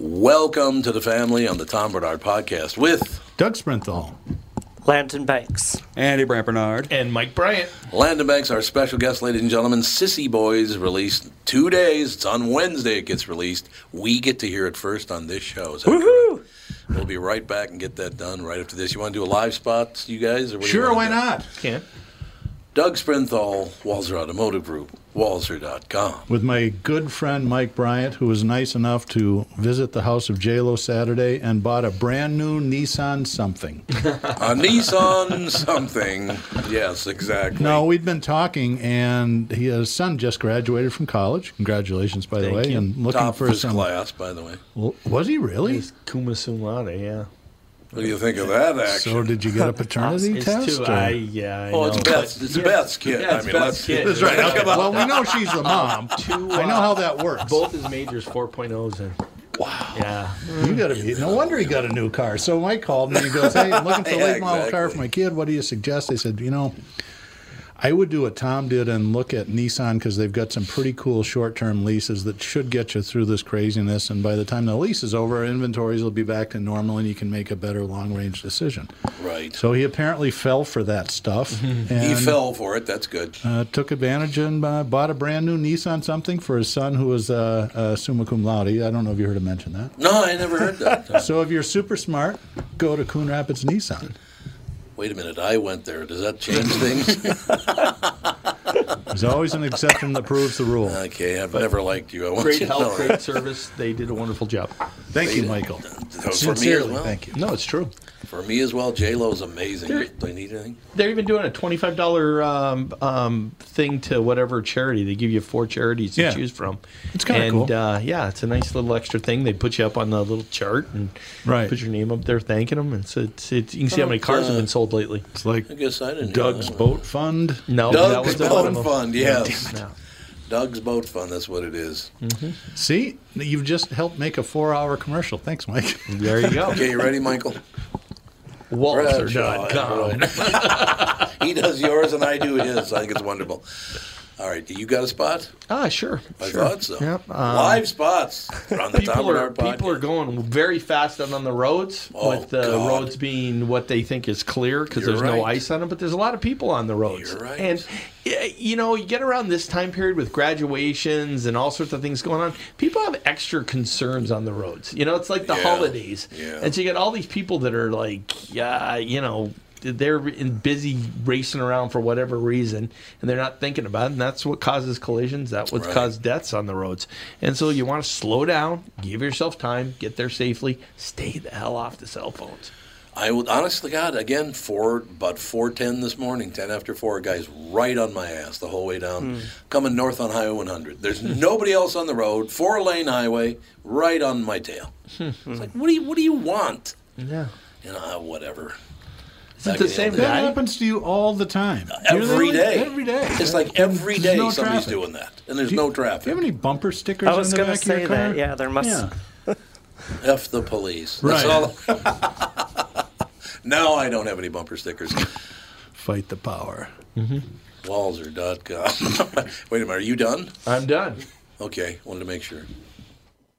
Welcome to the family on the Tom Bernard podcast with Doug Sprinthal. Landon Banks. Andy Brant Bernard. And Mike Bryant. Landon Banks, our special guest, ladies and gentlemen. Sissy Boys released two days. It's on Wednesday it gets released. We get to hear it first on this show. Is that Woohoo! correct? We'll be right back and get that done right after this. You want to do a live spot, you guys? Or what do you Sure, why wanna do? not? Can. Doug Sprinthal, Walzer Automotive Group, walzer.com. With my good friend Mike Bryant, who was nice enough to visit the house of JLo Saturday and bought a brand new Nissan something. A Nissan something. Yes, exactly. No, we'd been talking, and he, his son just graduated from college. Congratulations, by the Thank way. you. And looking Top for of his some. class, by the way. Well, Was he really? He's Kuma Sumlada, yeah. What do you think of that action? So did you get a paternity It's test? too, or- I, yeah, I oh, it's know. Beth's. It's Beth's kid. Yeah, it's I mean, Beth's let's- kid. That's right. Okay. Well, we know she's the mom. Two, I know uh, how that works. Both his majors 4.0s and Wow. Yeah. You gotta Mm. be. No wonder he got a new car. So Mike called me. He goes, "Hey, I'm looking for a Yeah, late model car exactly. for my kid. What do you suggest?" I said, "You know, I would do what Tom did and look at Nissan because they've got some pretty cool short-term leases that should get you through this craziness. And by the time the lease is over, inventories will be back to normal, and you can make a better long-range decision." Right. So he apparently fell for that stuff. and, Mm-hmm. he fell for it. That's good. Uh, took advantage and uh, bought a brand new Nissan something for his son, who was uh, uh, summa cum laude. I don't know if you heard him mention that. No, I never heard that. So if you're super smart, go to Coon Rapids Nissan. Wait a minute, I went there. Does that change things? There's always an exception that proves the rule. okay, I've never liked you. I want Great you to help, know great that. service. They did a wonderful job. Thank you, Michael. for me as Sincerely, well. thank you. No, it's true. For me as well, J Lo is amazing. There- Do I need anything? They're even doing a twenty-five dollar um, um, thing to whatever charity. They give you four charities to Yeah. choose from. It's kinda And, cool. Uh, yeah, it's a nice little extra thing. They put you up on the little chart and Right. put your name up there, thanking them. And so it's, it's you can see how many About, cars have uh, been sold lately. It's like I guess I didn't. Doug's know that. Boat Fund. No, that Doug's was an Boat automobile. Fund. Yes, No. Doug's Boat Fund. That's what it is. Mm-hmm. See, you've just helped make a four-hour commercial. Thanks, Mike. There you go. Okay, you ready, Michael? Walzer.com. he does yours and I do his. I think it's wonderful. All right, you got a spot? Ah, sure. I sure. thought so. Yep. um, Live spots on the top people of are our podcast. people are going very fast out on the roads Oh, with the God. roads being what they think is clear because You're there's no right. ice on them but there's a lot of people on the roads You're right. and y- you know you get around this time period with graduations and all sorts of things going on people have extra concerns on the roads you know it's like the Yeah. holidays Yeah. and so you got all these people that are like yeah you know they're in busy racing around for whatever reason and they're not thinking about it and that's what causes collisions that what Right. causes deaths on the roads. And so you want to slow down, give yourself time, get there safely, stay the hell off the cell phones. I would honestly, God, again, four about four ten this morning, ten after four, guys, right on my ass the whole way down, Hmm. coming north on Highway 100. There's nobody else on the road, four lane highway, right on my tail. Hmm. it's like, what do you, what do you want? Yeah. You know, ah, whatever. Is it Back the in the same old That days. guy? happens to you all the time. Every You're the- day. Every day. It's like every There's day no somebody's traffic. doing that, and there's Do you- Do no you traffic. have any bumper stickers I was on the going to back of say your car? that. Yeah, there must. Yeah. F the police. That's Right. all. no, I don't have any bumper stickers. Fight the power. Walzer.com. Wait a minute, are you done? I'm done. Okay, wanted to make sure.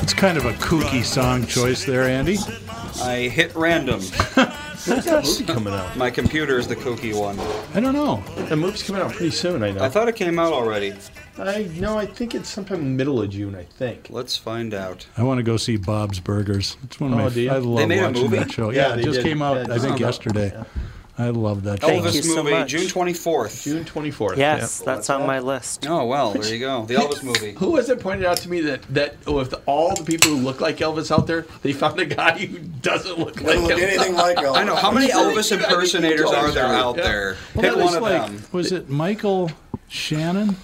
It's kind of a kooky song choice there, Andy. I hit random. movie coming out. My computer is the kooky one. I don't know. The movie's coming out pretty soon. I know. I thought it came out already. I know. I think it's sometime middle of June. I think. Let's find out. I want to go see Bob's Burgers. It's one of my. Oh, do you? I love They made a watching movie? that show. Yeah, Yeah, they it just did. came Yeah, out. it I just think came out. yesterday. I love that show. Elvis you so movie, much. June 24th. June twenty fourth. Yes, that's on my list. Oh, well, there you go. The Elvis movie. Who was it pointed out to me that that with all the people who look like Elvis out there, they found a guy who doesn't look like Doesn't look Elvis? anything like uh, Elvis. I know. How many I think Elvis you- I think you impersonators told are us there that. out Yeah. there? Well, Pick that was one of like- them. Was it Michael Shannon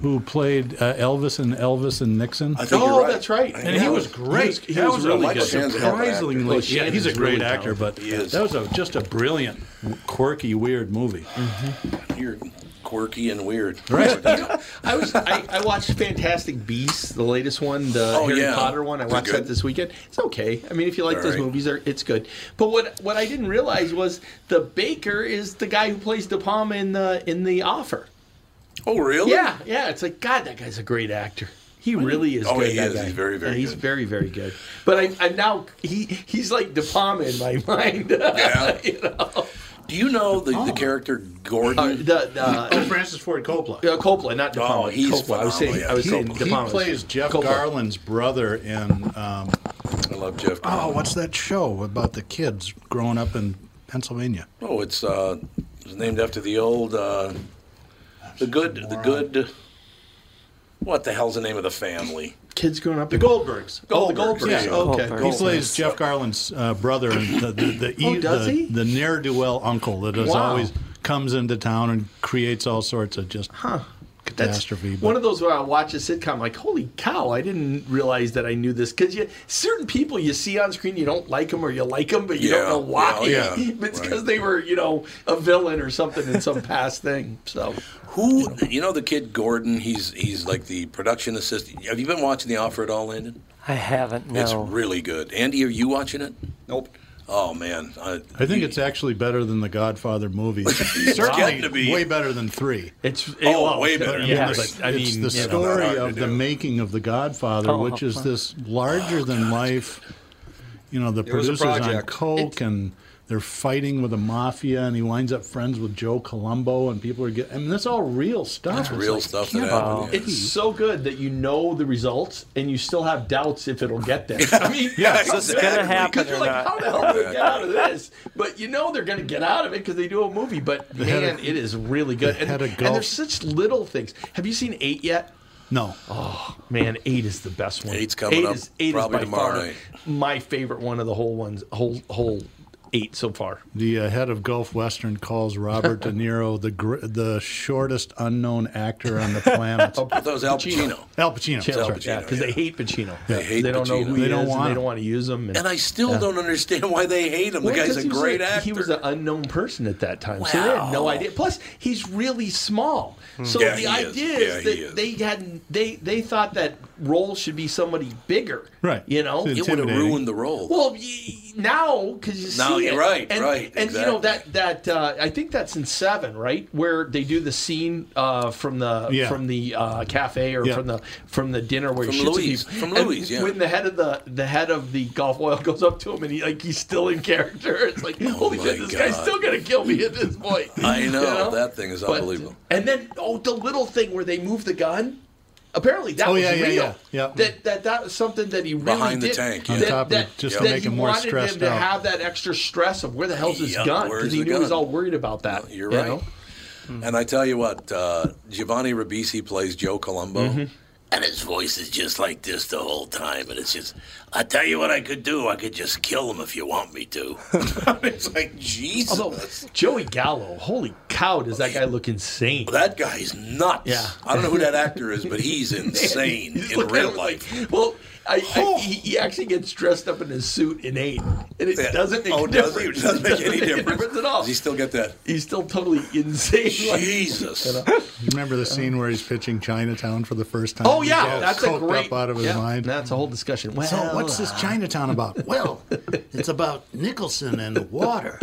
who played uh, Elvis and Elvis and Nixon? I think Oh, you're right. that's right. I And think he you're was right. great. He He was a really Michael good. Shannon's a hell of an actor. surprisingly, Oh, yeah, Shannon's he's a great really actor, talented. but He is. that was a, just a brilliant, quirky, weird movie. You're quirky and weird. I was I, I watched Fantastic Beasts, the latest one, the Oh, Harry yeah. Potter one. I Is it watched good? that this weekend. It's okay. I mean, if you like All those right. movies, they're, it's good. But what what I didn't realize was the baker is the guy who plays De Palma in the in the Offer. Oh, really? Yeah, yeah. It's like God, that guy's a great actor. He really is. Oh, good, he that is. guy. He's very, very Yeah, He's good. very, very good. But I, I now he he's like De Palma in my mind. Yeah. you know, Do you know the, the character Gordon? Oh. Uh, the, the, Oh, Francis Ford Coppola. uh, Coppola, not De Oh, Palma. he's Coppola. I was saying, phenomenal, I was He, saying he De Palma. plays Jeff Coppola. Garland's brother in, um, I love Jeff. oh, Garland. what's that show about the kids growing up in Pennsylvania? Oh, it's uh, it was named after the old, uh, the good, the good. What the hell's the name of the family? kids growing up. The Goldbergs. Oh, the Goldbergs, Goldbergs. yeah. Okay. Goldbergs. He plays Jeff Garland's uh, brother, and the the, the, e, Oh, does the, he? the ne'er do well uncle that is Wow. always comes into town and creates all sorts of just That's catastrophe. one of those where I watch a sitcom, I'm like, holy cow, I didn't realize that I knew this. Because you certain people you see on screen, you don't like them or you like them, but you Yeah, Oh, don't know why. yeah, yeah, But it's right. because they were, you know, a villain or something in some past thing. So Who you know the kid Gordon? He's he's like the production assistant. Have you been watching The Offer at all, Landon? I haven't. It's No. really good. Andy, are you watching it? Nope. Oh man, I, I think it's actually better than the Godfather movie. Certainly, getting to be. way better than three. it's Oh, well, way better. Yeah, Yes. but, I it's mean, the you know, story hard to of the do. making of the Godfather, Oh, which is fun. this larger than life. You know, the was a producers on project. coke and they're fighting with the mafia, and he winds up friends with Joe Colombo, and people are getting. I mean, that's all real stuff. It's real like, stuff can't that happened. believe It's so good that you know the results and you still have doubts if it'll get there. I mean, Yeah, it's Is this gonna happen Because or you're like, not? how the hell do they get out of this? But you know they're going to get out of it because they do a movie. But had a- man, it is really good. they And, had a and golf- there's such little things. Have you seen Eight yet? No, Man, eight is the best one. Eight's coming eight up Is, eight probably is by tomorrow far night. my favorite one of the whole ones, whole whole eight so far. the uh, head of Gulf Western calls Robert De Niro the gr- the shortest unknown actor on the planet. I thought it was Al Pacino. Al Pacino. Yeah, sorry. Pacino, because they yeah. hate Pacino. They hate don't know Pacino. who They he don't is. want and they him. don't want to use him. And I still don't understand why they hate him. The Well, guy's because a he was great actor. He was an unknown person at that time, so they had no Wow. Hmm. idea. Plus, he's really small. So Yeah, the he is. idea Yeah, is he is. that they had they they thought that role should be somebody bigger, Right. You know. It's it would have intimidating. ruined the role. well, y- now because you Now see you're it. right, and, right, and you know exactly. that that uh, I think that's in seven, right, where they do the scene uh, from the Yeah. from the uh, cafe or Yeah. from the from the dinner where he From shoots at Louise. people. From And Louise, yeah. When the head of the the head of the golf oil goes up to him and he like he's still in character. It's like holy Oh my shit, this guy's God. still gonna kill me at this point. I know, that thing is But- unbelievable. and then oh, the little thing where they move the gun. Apparently that Oh, was yeah, yeah, real. yeah, yeah. That, that that was something that he really Behind the did. tank, On yeah. That- top of that- it, just to that make he him more wanted stressed him to out. have that extra stress of where the hell's his Yeah, gun where's because he the knew he was gun? all worried about that. You're you right. know? Mm-hmm. And I tell you what, uh, Giovanni Ribisi plays Joe Colombo, And his voice is just like this the whole time. And it's just, I tell you what I could do. I could just kill him if you want me to. it's like, Jesus. Although Joey Gallo, holy cow, does that guy look insane? that guy's nuts. Yeah. I don't know who that actor is, but he's insane He's in looking real at it life. like- well, I, I, he, he actually gets dressed up in his suit in eight, and it Yeah. doesn't make oh, a does difference. he? It doesn't make any difference. at all. Does he still get that? He's still totally insane. like- Jesus. You remember the scene where he's pitching Chinatown for the first time? oh He's yeah, all that's a coked great. up out of his yeah, mind. That's a whole discussion. So Well, what's this Chinatown about? Well, it's about Nicholson and the water.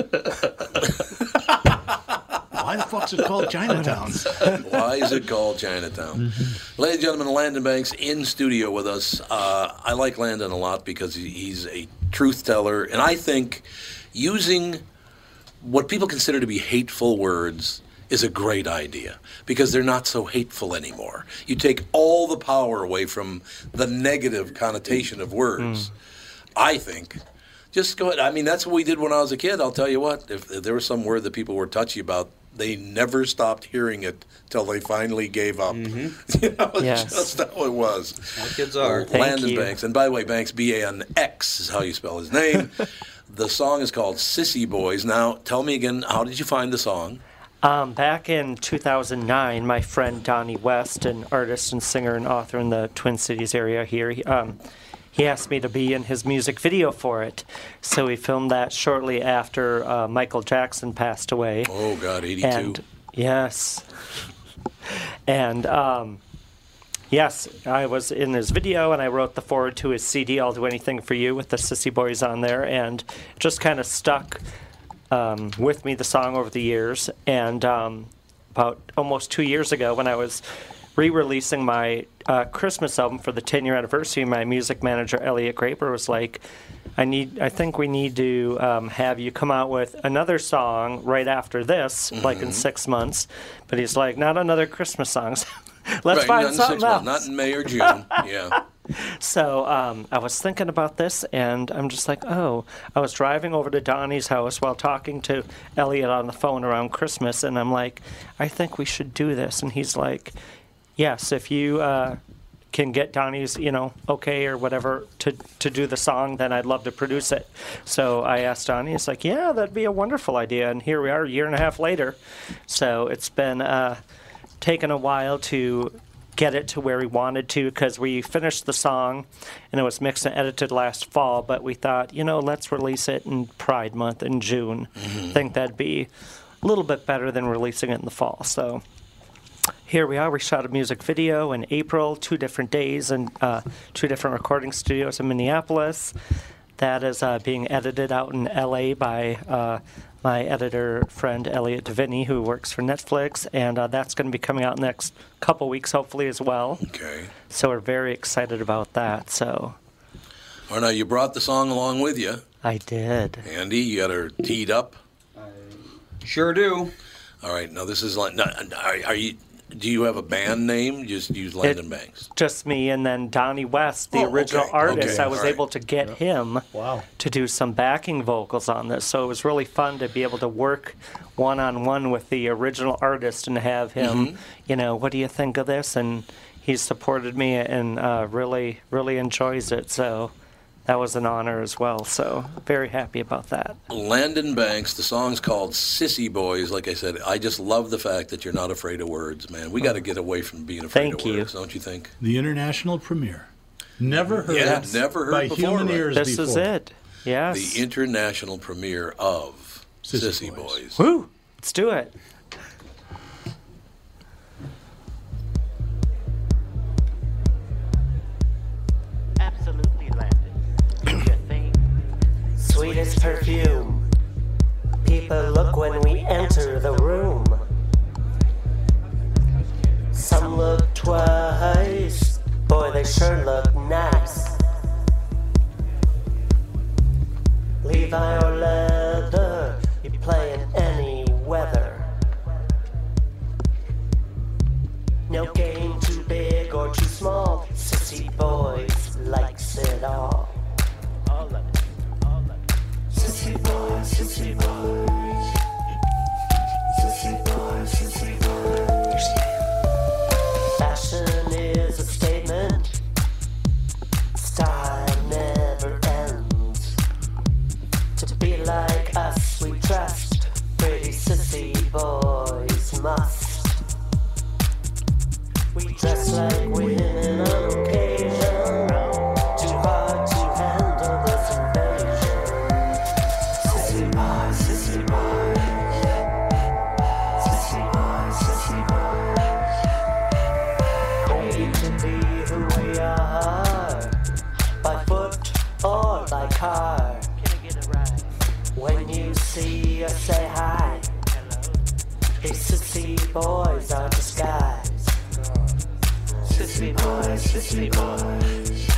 Why the fuck's it called Chinatown? Why is it called Chinatown? Ladies and gentlemen, Landon Banks in studio with us. Uh, I like Landon a lot because he- he's a truth teller, and I think using what people consider to be hateful words is a great idea because they're not so hateful anymore. You take all the power away from the negative connotation of words. I think. Just go ahead. I mean, that's what we did when I was a kid. I'll tell you what, if, if there was some word that people were touchy about, they never stopped hearing it till they finally gave up. you know, it's Yes. just how it was. kids are. Landon you. Banks. And by the way, Banks, B A N X is how you spell his name. the song is called Sissy Boys. Now, tell me again, how did you find the song? Um, back in 2009, my friend Donnie West, an artist and singer and author in the Twin Cities area here, he, um, he asked me to be in his music video for it. So we filmed that shortly after uh, Michael Jackson passed away. Oh, God, 82. and yes and um yes i was in his video and i wrote the forward to his cd i'll do anything for you with the sissy boys on there and it just kind of stuck um, with me the song over the years and um, about almost two years ago when i was re-releasing my uh, christmas album for the 10 year anniversary my music manager elliot graper was like I need. I think we need to um, have you come out with another song right after this, like in Mm-hmm. six months. But he's like, not another Christmas song. So Let's Right, not find in something six months, else. not in May or June. yeah. So um, I was thinking about this, and I'm just like, oh, I was driving over to Donnie's house while talking to Elliot on the phone around Christmas, and I'm like, I think we should do this, and he's like, yes, if you uh, can get Donnie's, you know, okay or whatever to to do the song, then I'd love to produce it. So I asked Donnie, he's like, yeah, that'd be a wonderful idea, and here we are, a year and a half later. So it's been. Uh, taken a while to get it to where we wanted to because we finished the song and it was mixed and edited last fall but we thought you know let's release it in pride month in june i think that'd be a little bit better than releasing it in the fall so here we are we shot a music video in april two different days and uh, two different recording studios in minneapolis that is uh, being edited out in LA by uh, my editor friend Elliot Deviney, who works for Netflix, and uh, that's going to be coming out next couple weeks, hopefully as well. Okay. So we're very excited about that. So Or now, you brought the song along with you. I did. Andy, you got her teed up. Sure do. All right. Now this is like, no, are, are you? Do you have a band name? You Just use Landon Banks. Just me and then Donnie West, the Oh, original okay, artist. okay, I was all right. able to get him Wow. to do some backing vocals on this. So it was really fun to be able to work one on one with the original artist and have him, Mm-hmm. you know, what do you think of this? And he supported me and uh, really, really enjoys it. So that was an honor as well. So very happy about that. Landon Banks. The song's called "Sissy Boys." Like I said, I just love the fact that you're not afraid of words, man. We got to get away from being afraid Thank of you. words, don't you think? The international premiere. Never heard. Yeah, never heard by before, human right? ears This is before. it. Yes. The international premiere of "Sissy, Sissy Boys." Boys. Woo! Let's do it. Absolutely, Landon. Do your thing. Sweetest perfume. People look when we enter the room. Some look twice. Boy, they sure look nice. Levi or leather, you play in any weather. No game too big or too small. Sissy boys likes it all. All of it. All of it. Sissy boy, sissy boy. Sissy boy, sissy boy. Fashion is a statement. see you, say hi. These sissy boys are disguised. Sissy boys, sissy boys.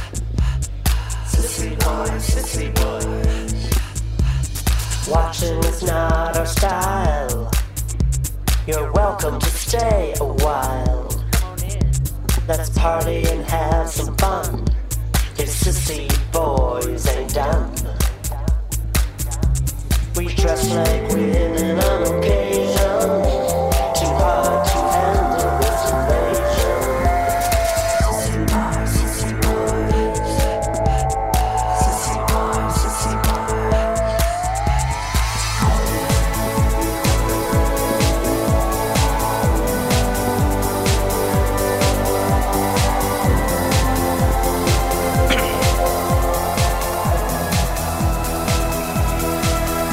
Sissy boys, sissy boys. Watching is not our style. You're welcome to stay a while. Let's party and have some fun. These sissy boys ain't done. We dress like women on occasion. Too hard to handle this invasion. Sissy boys, sissy boys. Sissy boys, sissy boys.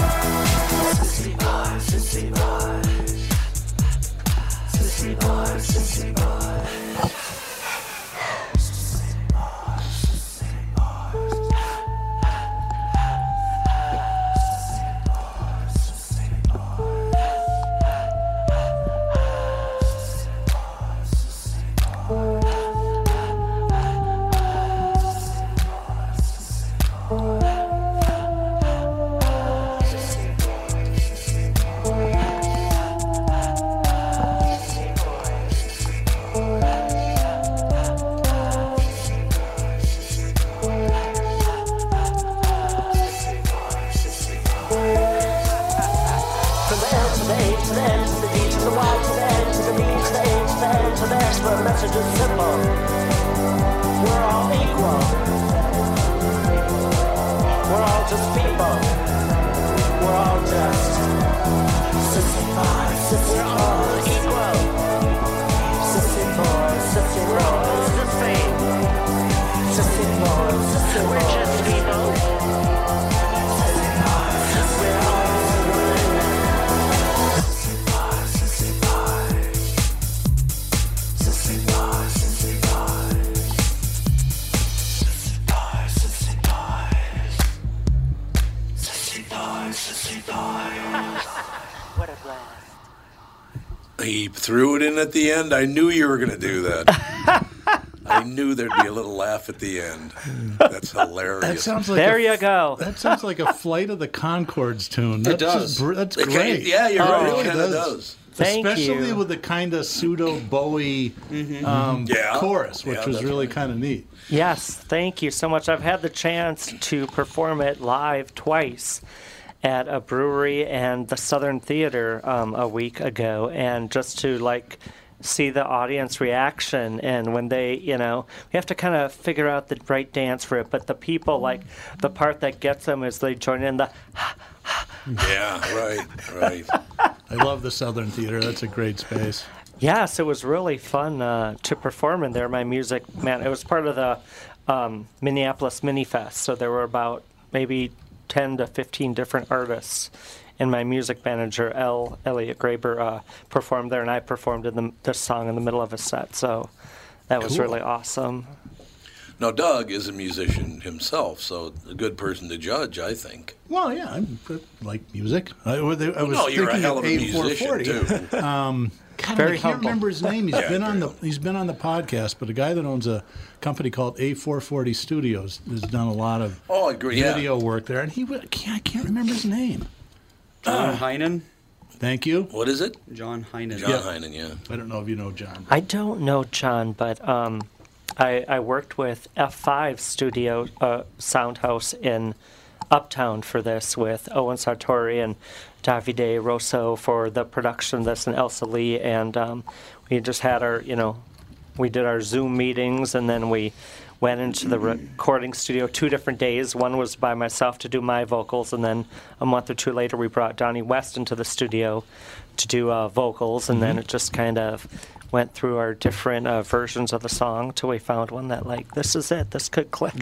Sissy boys, sissy boys. Sissy boys, sissy boys. Sissy boys, sissy boys. Sissy boys, sissy boys. Sissy boys, sissy boys. Sissy boys, sissy boys. Sissy boys, sissy boys. Sissy boys, sissy From the L to the A to the N to the D to the Y to the N to the B to the A to the N to the S, the message is simple. We're all equal. We're all just people. We're all just. Sissy boys, sissy We're all equal. Sissy boys, sissy boys, the same. Sissy boys, sissy We're just people. Sissy boys, we're all one. What a blast. He threw it in at the end. I knew you were going to do that. I knew there'd be a little laugh at the end. That's hilarious. That sounds like There a, you go. That sounds like a Flight of the Concords tune. That's does. Just, br- that's It kinda- great. Oh, yeah, you're right. It really kinda does. Oh. Thank Especially you. with the kind of pseudo Bowie um, Yeah. chorus, which Yeah, was that's really kind of neat. Yes, thank you so much. I've had the chance to perform it live twice at a brewery and the Southern Theater um, a week ago, and just to like see the audience reaction and when they you know we have to kind of figure out the right dance for it but the people like the part that gets them is they join in the Yeah, right, right. I love the Southern Theater. That's a great space. Yes, it was really fun uh, to perform in there. My music, man, it was part of the um, Minneapolis Mini Fest. So there were about maybe 10 to 15 different artists. And my music manager, L. Elliot Graber, uh, performed there, and I performed in the, this song in the middle of a set. So that was Cool. really awesome. Now, Doug is a musician himself, so a good person to judge, I think. Well, yeah, I like music. I, I was No, you're a thinking hell of a musician, 8440. too. God, Very I can't humble. remember his name. He's Yeah, been on very the he's been on the podcast, but a guy that owns a company called A440 Studios has done a lot of Oh, I agree, yeah. video work there, and he wa- I can't, I can't remember his name. John Heinen. Thank you. What is it? John Heinen. John Heinen, yeah. I don't know if you know John. I don't know John, but um, I, I worked with F5 Studio uh, Soundhouse in Uptown for this with Owen Sartori and Davide Rosso for the production of this and Elsa Lee. And um, we just had our, you know, we did our Zoom meetings and then we went into the recording studio two different days. One was by myself to do my vocals, and then a month or two later, we brought Donnie West into the studio to do uh, vocals, and then it just kind of went through our different uh, versions of the song till we found one that, like, this is it, this could click.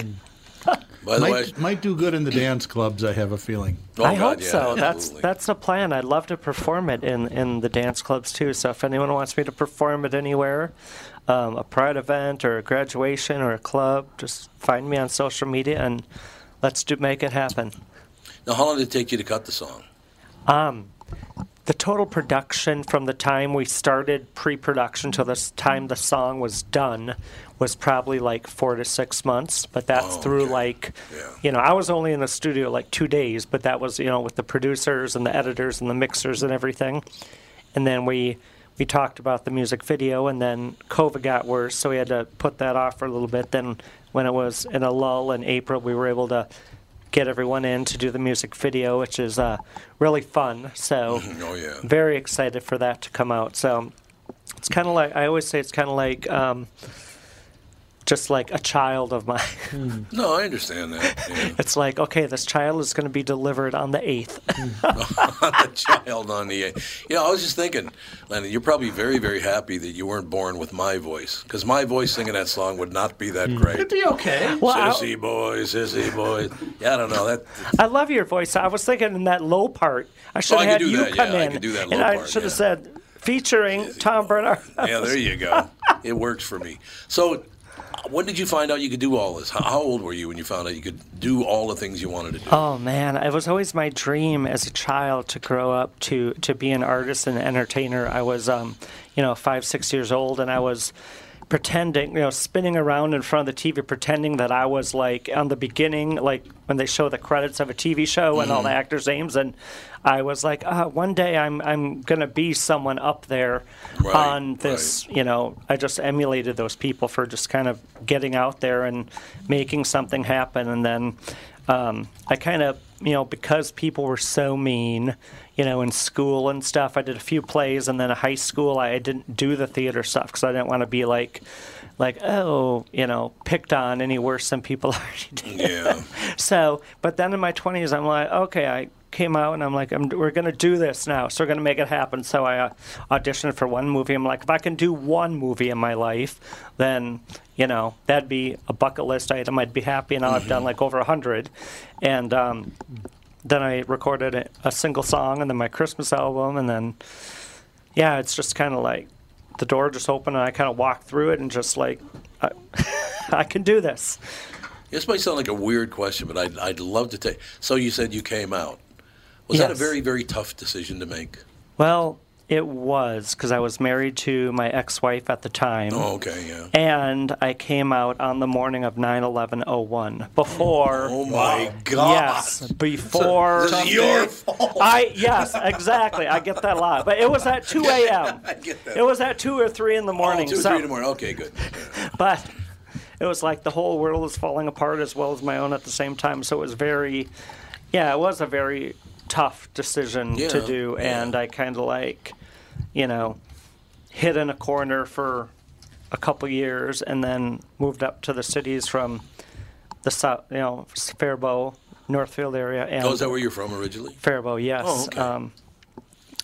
By the way, Might, might do good in the dance clubs. I have a feeling. oh, I God, hope yeah, so. That's absolutely. that's the plan. I'd love to perform it in, in the dance clubs too. So if anyone wants me to perform it anywhere, um, a pride event or a graduation or a club, just find me on social media and let's do make it happen. Now, how long did it take you to cut the song? Um, the total production from the time we started pre-production to the s- time the song was done was probably like four to six months. But that's through like, you know, I was only in the studio like two days, but that was you know with the producers and the editors and the mixers and everything. And then we we talked about the music video, and then COVID got worse, so we had to put that off for a little bit. Then when it was in a lull in April, we were able to get everyone in to do the music video, which is uh, really fun. So, oh, yeah. very excited for that to come out. So, it's kind of like I always say, it's kind of like um, just like a child of mine. No, I understand that. Yeah. it's like okay, this child is going to be delivered on the eighth. the child on the. You know, I was just thinking, Lenny, you're probably very, very happy that you weren't born with my voice, because my voice singing that song would not be that great. It'd be okay. Well, I- sissy boys, sissy boys. Yeah, I don't know. That I love your voice. I was thinking in that low part. I should Oh, I have could had do you that, come yeah, I in, could do that and low I part, should have yeah. said featuring Tom Bernard. yeah, there you go. It works for me. So, when did you find out you could do all this? How, how old were you when you found out you could do all the things you wanted to do? Oh man, it was always my dream as a child to grow up to to be an artist and an entertainer. I was, um, you know, five six years old, and I was pretending, you know, spinning around in front of the TV, pretending that I was like on the beginning, like when they show the credits of a TV show and all the actors' names, and I was like, uh, one day I'm I'm gonna be someone up there Right, on this, you know. I just emulated those people for just kind of getting out there and making something happen, and then um, I kind of, you know, because people were so mean, you know, in school and stuff, I did a few plays, and then in high school, I didn't do the theater stuff because I didn't want to be like, like, oh, you know, picked on any worse than people already did. Yeah. So, but then in my 20s, I'm like, okay, I came out and I'm like, I'm, we're going to do this now. So we're going to make it happen. So I uh, auditioned for one movie. I'm like, if I can do one movie in my life, then, you know, that'd be a bucket list item. I'd be happy. And now I've done like over 100. And um, then I recorded a, a single song and then my Christmas album. And then, yeah, it's just kind of like the door just opened and I kind of walked through it and just like, I, I can do this. This might sound like a weird question, but I'd, I'd love to take. So you said you came out. Was that a Yes. very, very tough decision to make? Well, it was because I was married to my ex-wife at the time, Oh, okay, yeah. and I came out on the morning of 9/11/01. Before, Oh my God! yes, before It's your fault. I yes, exactly. I get that a lot, but it was at 2 a.m. I get that. It was at two or three in the Oh, morning. two or so- three tomorrow. Okay, good. but it was like the whole world was falling apart as well as my own at the same time. So it was very, yeah, it was a very tough decision Yeah, to do, and yeah. I kind of like, you know, hid in a corner for a couple years, and then moved up to the cities from the south, you know, Faribault, Northfield area, and Oh, is that where you're from originally? Faribault, yes. Oh, okay. um,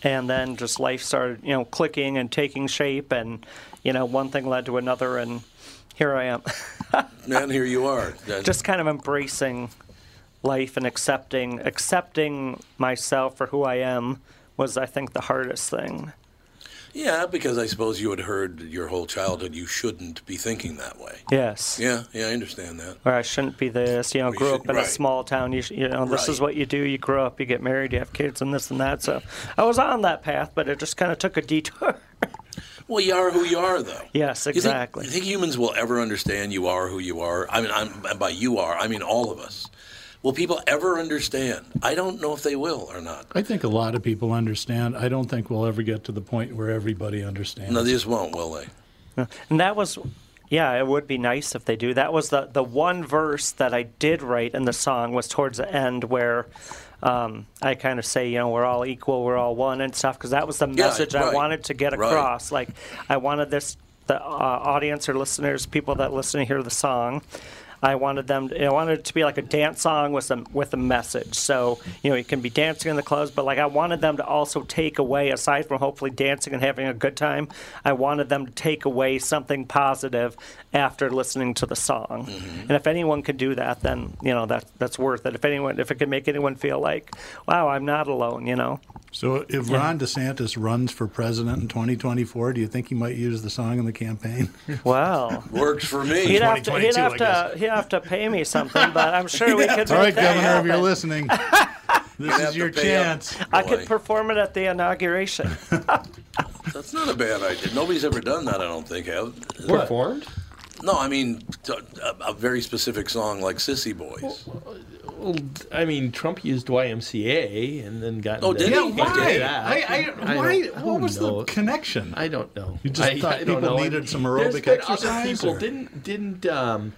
and then just life started, you know, clicking and taking shape, and you know, one thing led to another, and here I am, And here you are. That- just kind of embracing life and accepting accepting myself for who I am was, I think, the hardest thing. yeah, because I suppose you had heard your whole childhood you shouldn't be thinking that way. Yes. Yeah, yeah, I understand that. Or I shouldn't be this. You know, you grew up shouldn't- in a right. small town. You, sh- you know, this is Right. what you do. You grow up, you get married, you have kids, and this and that. So I was on that path, but it just kind of took a detour. Well, you are who you are, though. Yes, You think- exactly. You think, humans will ever understand you are who you are? I mean, I'm, and by you are, I mean all of us. Will people ever understand? I don't know if they will or not. I think a lot of people understand. I don't think we'll ever get to the point where everybody understands. No, they just won't, will they? And that was, yeah, it would be nice if they do. That was the the one verse that I did write in the song was towards the end where. Um, I kind of say, you know, we're all equal, we're all one and stuff, because that was the message I right, wanted to get right. across. Like, I wanted this, the uh, audience or listeners, people that listen to hear the song, I wanted them, I wanted it to be like a dance song with some with a message. So, you know, you can be dancing in the clubs, but like I wanted them to also take away, aside from hopefully dancing and having a good time, I wanted them to take away something positive after listening to the song. And if anyone could do that, then you know that that's worth it. If anyone, if it can make anyone feel like, wow, I'm not alone, you know. So if Ron DeSantis runs for president in 2024, do you think he might use the song in the campaign? Wow. Works for me. He'd have, to, he'd, 2022, have I guess. to, he'd have to pay me something, but I'm sure we could. All right, make that Governor, if you're happen. listening, This is your chance. I could perform it at the inauguration. That's not a bad idea. Nobody's ever done that, I don't think. Have Is it? Performed? No, I mean t- a, a very specific song like "Sissy Boys." Well, I mean, Trump used YMCA and then got. Oh, did he? indicted. Yeah, why? did that. I- I- why- don't- what was the connection? I don't know. You just I, thought I don't people know. needed some There's aerobic been exercise, Other people or- didn't didn't um,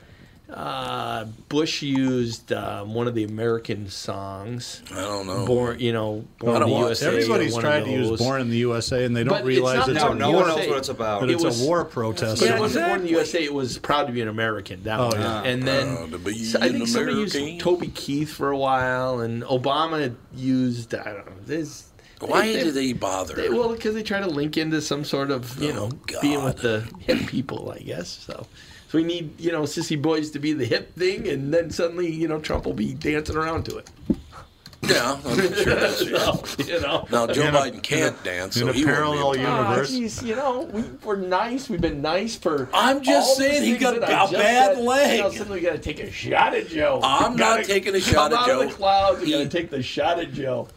uh, Bush used um, one of the American songs. I don't know. Born, you know, born in the USA. or Everybody's one of tried to use those. "Born in the USA" and they don't But realize not it's now, a no war. one knows what it's about. That It it's was- a war protest. But it wasn't born in the USA. It was proud to be an American. That Oh, one. yeah. And then Proud to be so I think an somebody used American. Toby Keith for a while, and Obama used I don't know this. Why do they Oh, bother? they- well, because they try to link into some sort of you know being with the hip people, I guess. So, so we need you know sissy boys to be the hip thing, and then suddenly you know Trump will be dancing around to it. yeah, I'm sure that's So, you know. Now Joe In a- Biden can't dance, in so a he won't be parallel able to- Ah, universe. geez, you know, we, we're nice. We've been nice for. I'm just all the saying he things got that a I just bad said. leg. You know, suddenly we got to take a shot at Joe. I'm We not gotta taking a shot come at out Of Joe. the clouds. We got He- to take the shot at Joe.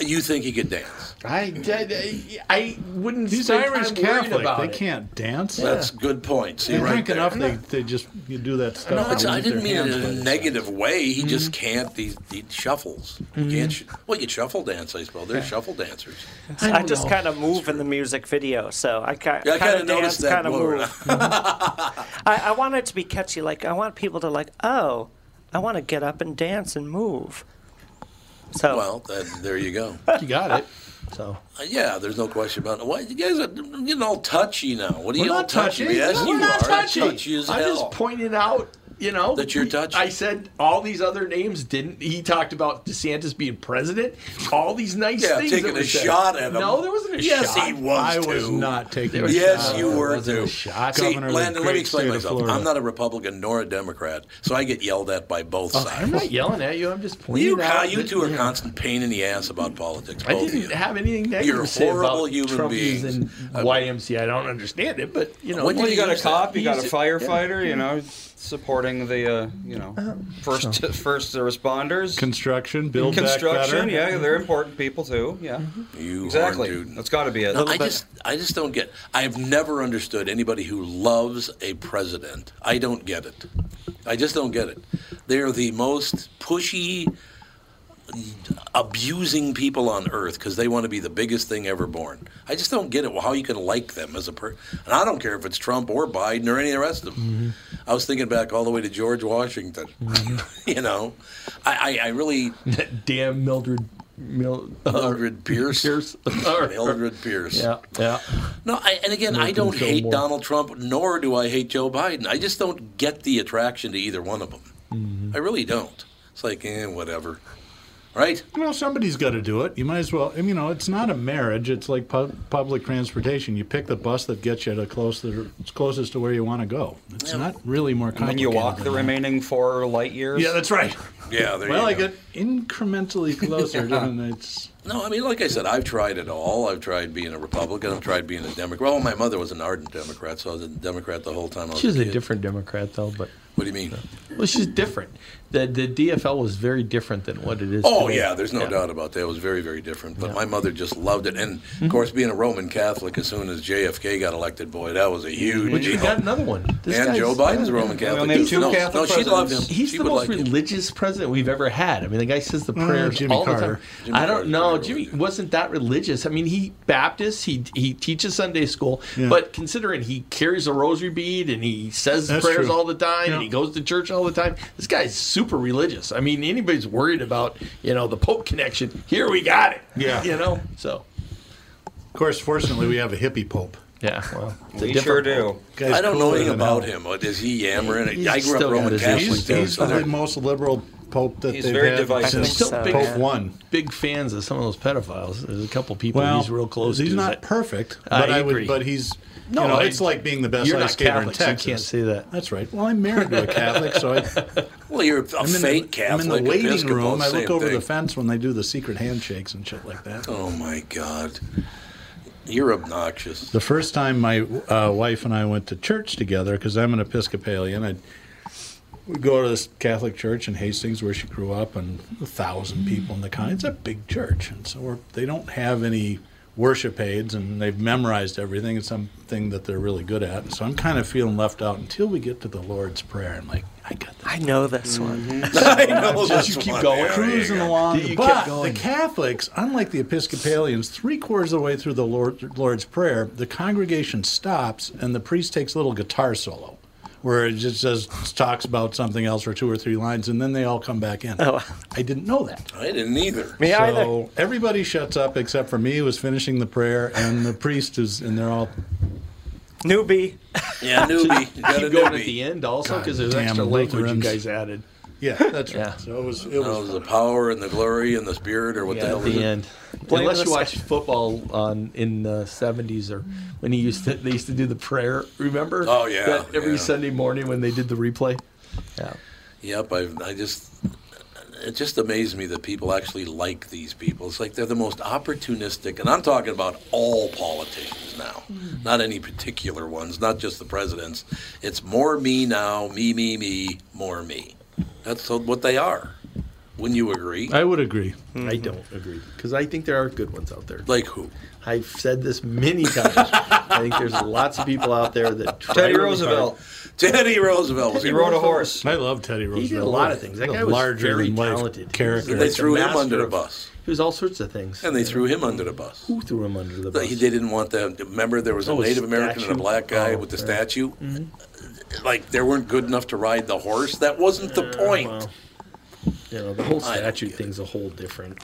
You think he could dance? I did. I, I wouldn't. These spend Irish time worried Catholic, about they it. can't dance. That's a good point. See, They right drink there. enough, they, they just you do that stuff. No, and it's- they I use didn't mean their it in hands by a themselves. negative way. He just can't. He, he shuffles. He can't. Sh- well, you shuffle dance, I suppose. They're shuffle dancers. I, just kind of move in the music video, so I kind Yeah, I kind kinda of noticed dance, that kind of more. move. I, I want it to be catchy. Like I want people to like, oh, I want to get up and dance and move. So Well, that, there you go. You got it. So Uh, yeah, there's no question about it. Why you guys are getting all touchy now? What are we're you all not touchy. Yes, we're you not are. touchy. Touchy as I'm hell. just pointing out. You know That you're touchy. I said all these other names didn't. He talked about DeSantis being president. All these nice yeah, things. taking that a were said. shot at him. No, there wasn't a yes, shot. he was. I was too. not taking. a Yes, shot. you It were wasn't a too. shot. See, Governor of the Landon, let me great explain state of myself. Florida. I'm not a Republican nor a Democrat, so I get yelled at by both I'm sides. not yelling at you. I'm just pointing You, out. Kyle, you that, two are know, constant pain in the ass about politics. I both of didn't you. have anything negative You're to say horrible about human Trumpies beings. and I- YMCA. I don't understand it, but you know, When what did you got a use cop, that? you got a Use it. firefighter, you know, supporting the, uh, you know, first first responders. construction, build Construction, back better. yeah, Mm-hmm. they're important people too. Yeah, You horn exactly. dude. That's got to be it. No, Mm-hmm. I just, I just don't get. I've never understood anybody who loves a president. I don't get it. I just don't get it. They are the most pushy, abusing people on earth because they want to be the biggest thing ever born. I just don't get it. How you can like them as a person? And I don't care if it's Trump or Biden or any of the rest of them. Mm-hmm. I was thinking back all the way to George Washington. you know, I, I, I really That damn Mildred, Mil, uh, Mildred Pierce. Pierce. Mildred Pierce. Yeah, yeah. No, I, and again, I don't Joe hate Moore. Donald Trump, nor do I hate Joe Biden. I just don't get the attraction to either one of them. Mm-hmm. I really don't. It's like, eh, whatever. Right? Well, somebody's got to do it. You might as well. I mean, you know, it's not a marriage. It's like pub- public transportation. You pick the bus that gets you to close to, closest to where you want to go. It's not really more and complicated. then you walk the than that. remaining four light years. Yeah, that's right. Yeah. There Well, I you go. get incrementally closer, and it's No, I mean, like I said, I've tried it all. I've tried being a Republican. I've tried being a Democrat. Well, my mother was an ardent Democrat, so I was a Democrat the whole time. I was She was a kid. different Democrat though, but What do you mean? well, she's different. The the DFL was very different than what it is. Oh today. yeah, there's no doubt about that. It was very, very different. But my mother just loved it, and Mm-hmm. of course, being a Roman Catholic, as soon as JFK got elected, boy, that was a huge. But you deal. got another one. This and guy's- Joe Biden's a yeah. Roman Catholic. name two too. no, Catholic no, she loved him. presidents. He's she the would most like it. religious president we've ever had. I mean, the guy says the prayers Oh, Jimmy all the Carter. time. Jimmy I don't Carter's know. pretty Jimmy religious. wasn't that religious. I mean, he Baptist. He he teaches Sunday school, Yeah. but considering he carries a rosary bead and he says That's prayers true. all the time Yeah. and he goes to church all the time, this guy's super religious. I mean, anybody's worried about you know the Pope connection. Here we got it. Yeah. you know. So Of course, fortunately, we have a hippie pope. yeah, well, it's a we sure different- do. Guy's I don't know cooler anything than about hell. him. What, Is he yammering? He's I grew still up got Roman his Catholic. He's, too, he's so the they're- most liberal pope that He's they've very had divisive. since Still big, Pope One. big fans of some of those pedophiles. There's a couple people Well, he's real close He's to. not that- perfect, I but I, would. agree. But he's No, you know, I- it's like being the best you're ice not skater Catholic, in so you Texas. can't say that. That's right. Well, I'm married to a Catholic, so I, Well, you're a I'm in, fake the, I'm in Catholic. the waiting Episcopal, room. I same look over thing. the fence when they do the secret handshakes and shit like that. Oh my God, you're obnoxious. The first time my uh, wife and I went to church together, because I'm an Episcopalian, I we go to this Catholic church in Hastings where she grew up, and a thousand people in the county. It's a big church, and so we're, they don't have any worship aids, and they've memorized everything. It's something that they're really good at. And so I'm kind of feeling left out until we get to the Lord's Prayer. I'm like, I got I know this mm, one. I know just this keep one. going, There you cruising go. along. You kept but going. the Catholics, unlike the Episcopalians, three quarters of the way through the Lord, Lord's Prayer, the congregation stops and the priest takes a little guitar solo, where it just says talks about something else for two or three lines, and then they all come back in. Oh. I didn't know that. I didn't either. Me either. So everybody shuts up except for me, who was finishing the prayer, and the priest is, and they're all Newbie. Yeah, newbie. You got a Keep going newbie. at the end also because God there's damn extra language you Lutherans. guys added. yeah, that's Yeah. right. So it was it was, Oh, the power and the glory and the spirit, or what the Yeah, hell at is the it? end. Blame Unless this you guy. watch football on in the seventies or when he used to they used to do the prayer. Remember? Oh, yeah, That every yeah. Sunday morning when they did the replay. Yeah. Yep, I, I just it just amazed me that people actually like these people. It's like they're the most opportunistic, and I'm talking about all politicians now, not any particular ones, not just the presidents. It's more me now, me, me, me, more me. That's so- what they are. Wouldn't you agree? I would agree. I don't agree because I think there are good ones out there. Like who? I've said this many times. I think there's lots of people out there that try Teddy really Roosevelt. hard. Teddy Roosevelt was He rode a horse. I love Teddy Roosevelt. He did a lot of things. That What a guy was larger very than life talented. He was Character. They like threw him master under a of- bus. He was all sorts of things. And they threw him under the bus. Who threw him under the But bus? He, they didn't want them. Remember, there was a Oh, a Native American and a statue. black guy Oh, Mm-hmm. with the right. statue. Like they weren't good enough to ride the horse. That wasn't the point. Well, you know, the whole I don't statue get thing's a whole different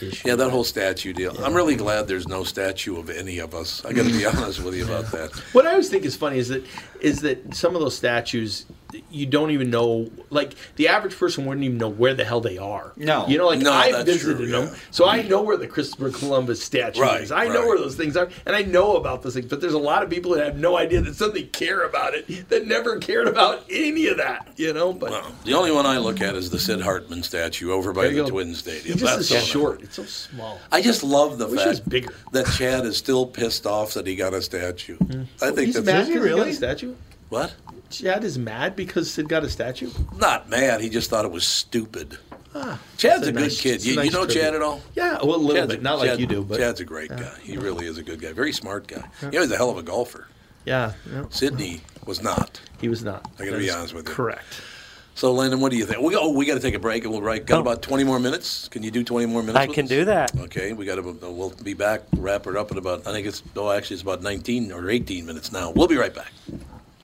issue. Yeah, that whole statue deal. I'm really glad there's no statue of any of us. I got to be honest with you about that. What I always think is funny is that is that some of those statues you don't even know like the average person wouldn't even know where the hell they are. No. You know, like No, I've that's visited true, them. yeah. So I know where the Christopher Columbus statue Right, is. I know right. where those things are and I know about those things, but there's a lot of people that have no idea that suddenly care about it that never cared about any of that, you know? But Well, Um, the only one I look at is the Sid Hartman statue over by there you the go. Twin It Stadium. just That's is all I- short. It's so small. I just love the Wish it was fact bigger. that Chad is still pissed off that he got a statue. I think Mm. He's that's mad because he got really? a statue? what. Chad is mad because Sid got a statue? Not mad. He just thought it was stupid. Chad's Ah, that's a, a good nice- kid. that's a You, you nice know Chad tribute. at all? Yeah, well, a little Chad's a- bit. Not like Chad- you do, but Chad's a great guy. He really is a good guy. Very smart guy. He was a hell of a golfer. yeah, no, Sydney was not. he was not. I gotta That be is honest with you. Correct. So, Landon, what do you think? We oh, we got to take a break, and we'll right. Got Oh. about twenty more minutes. Can you do twenty more minutes? I with can us? do that. Okay, we got to. We'll be back. Wrap it up in about. I think it's. Oh, actually, it's about nineteen or eighteen minutes now. We'll be right back.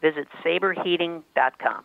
Visit saberheating.com.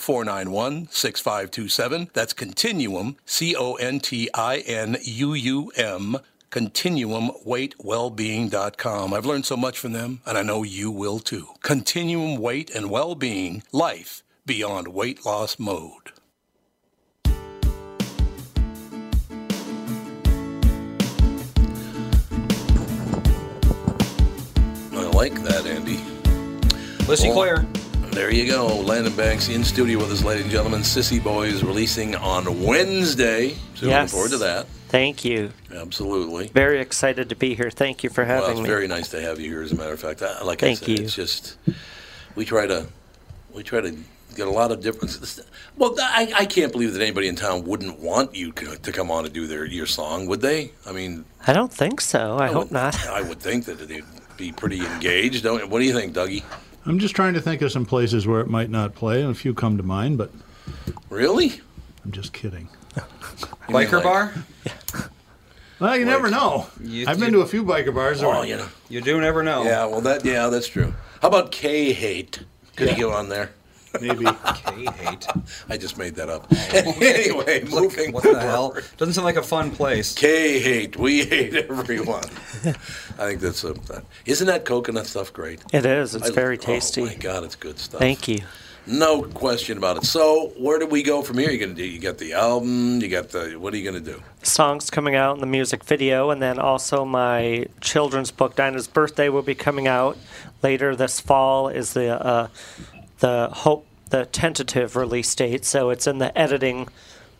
491 6527. That's Continuum, C O N T I N U U M, ContinuumWeightWellbeing.com. I've learned so much from them, and I know you will too. Continuum Weight and Wellbeing, life beyond weight loss mode. I like that, Andy. Lissy Claire. There you go. Landon Banks in studio with us, ladies and gentlemen. Sissy Boys releasing on Wednesday. So looking Yes. forward to that. Thank you. Absolutely. Very excited to be here. Thank you for having well, it's me. very nice to have you here. As a matter of fact, I, like Thank I said, you. it's just we try to we try to get a lot of different. Well, I, I can't believe that anybody in town wouldn't want you to to come on and do their your song, would they? I mean, I don't think so. I, hope would- not. I would think that they'd be pretty engaged. Don't, what do you think, Dougie? I'm just trying to think of some places where it might not play, and a few come to mind, but Really? I'm just kidding. Biker bar? Well, you never know. You- I've been you- to a few biker bars. Oh, you know. You do never Oh. know. Yeah. Well, that yeah, that's true. How about K hate? Could he go on there? Maybe. K hate. I just made that up. anyway, moving What the hell? Doesn't sound like a fun place. K hate. We hate everyone. I think that's a. That, isn't that coconut stuff great? It is. It's I- very Oh tasty. my god, it's good stuff. Thank you. No question about it. So, where do we go from here? You gonna do? You got the album. You got the. What are you gonna do? Songs coming out in the music video, and then also my children's book, Dinah's Birthday, will be coming out later this fall. Is the uh, the hope the tentative release date? So it's in the editing